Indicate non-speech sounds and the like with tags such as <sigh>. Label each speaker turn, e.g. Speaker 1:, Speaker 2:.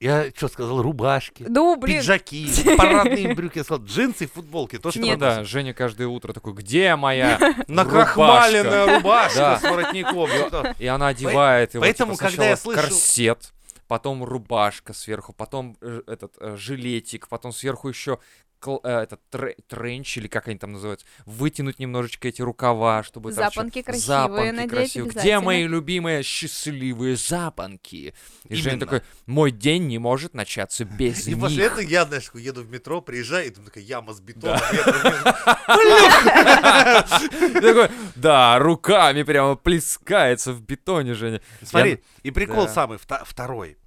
Speaker 1: Я что сказал? Рубашки,
Speaker 2: Ну, блин. <laughs>
Speaker 1: пиджаки, парадные брюки. Я сказал джинсы и футболки. То, что
Speaker 2: Нет.
Speaker 1: надо.
Speaker 3: Да, Женя каждое утро такой,
Speaker 1: <laughs>
Speaker 3: где моя
Speaker 1: Накрахмаленная рубашка
Speaker 3: Да.
Speaker 1: с воротником. Что-
Speaker 3: И она одевает его.
Speaker 1: поэтому,
Speaker 3: типа,
Speaker 1: когда я
Speaker 3: сначала
Speaker 1: слышу-
Speaker 3: корсет, потом рубашка сверху, потом э, этот э, жилетик, потом сверху еще э, этот тре- тренч или как они там называются, вытянуть немножечко эти рукава, чтобы там
Speaker 2: Запонки
Speaker 3: всё-
Speaker 2: красивые
Speaker 3: запонки
Speaker 2: надеть
Speaker 3: красивые. Где
Speaker 2: обязательно.
Speaker 3: мои любимые счастливые запонки? И Женя
Speaker 1: Именно.
Speaker 3: такой, мой день не может начаться
Speaker 1: <laughs>
Speaker 3: без
Speaker 1: И
Speaker 3: них.
Speaker 1: после
Speaker 3: <laughs>
Speaker 1: этого я, знаешь, такой еду в метро, приезжаю, и там такая яма с бетоном.
Speaker 3: Ты такой, да, руками прямо плескается в бетоне, Женя.
Speaker 1: Смотри,
Speaker 3: <laughs>
Speaker 1: и
Speaker 3: Я-
Speaker 1: прикол
Speaker 3: Да.
Speaker 1: самый, вта- второй.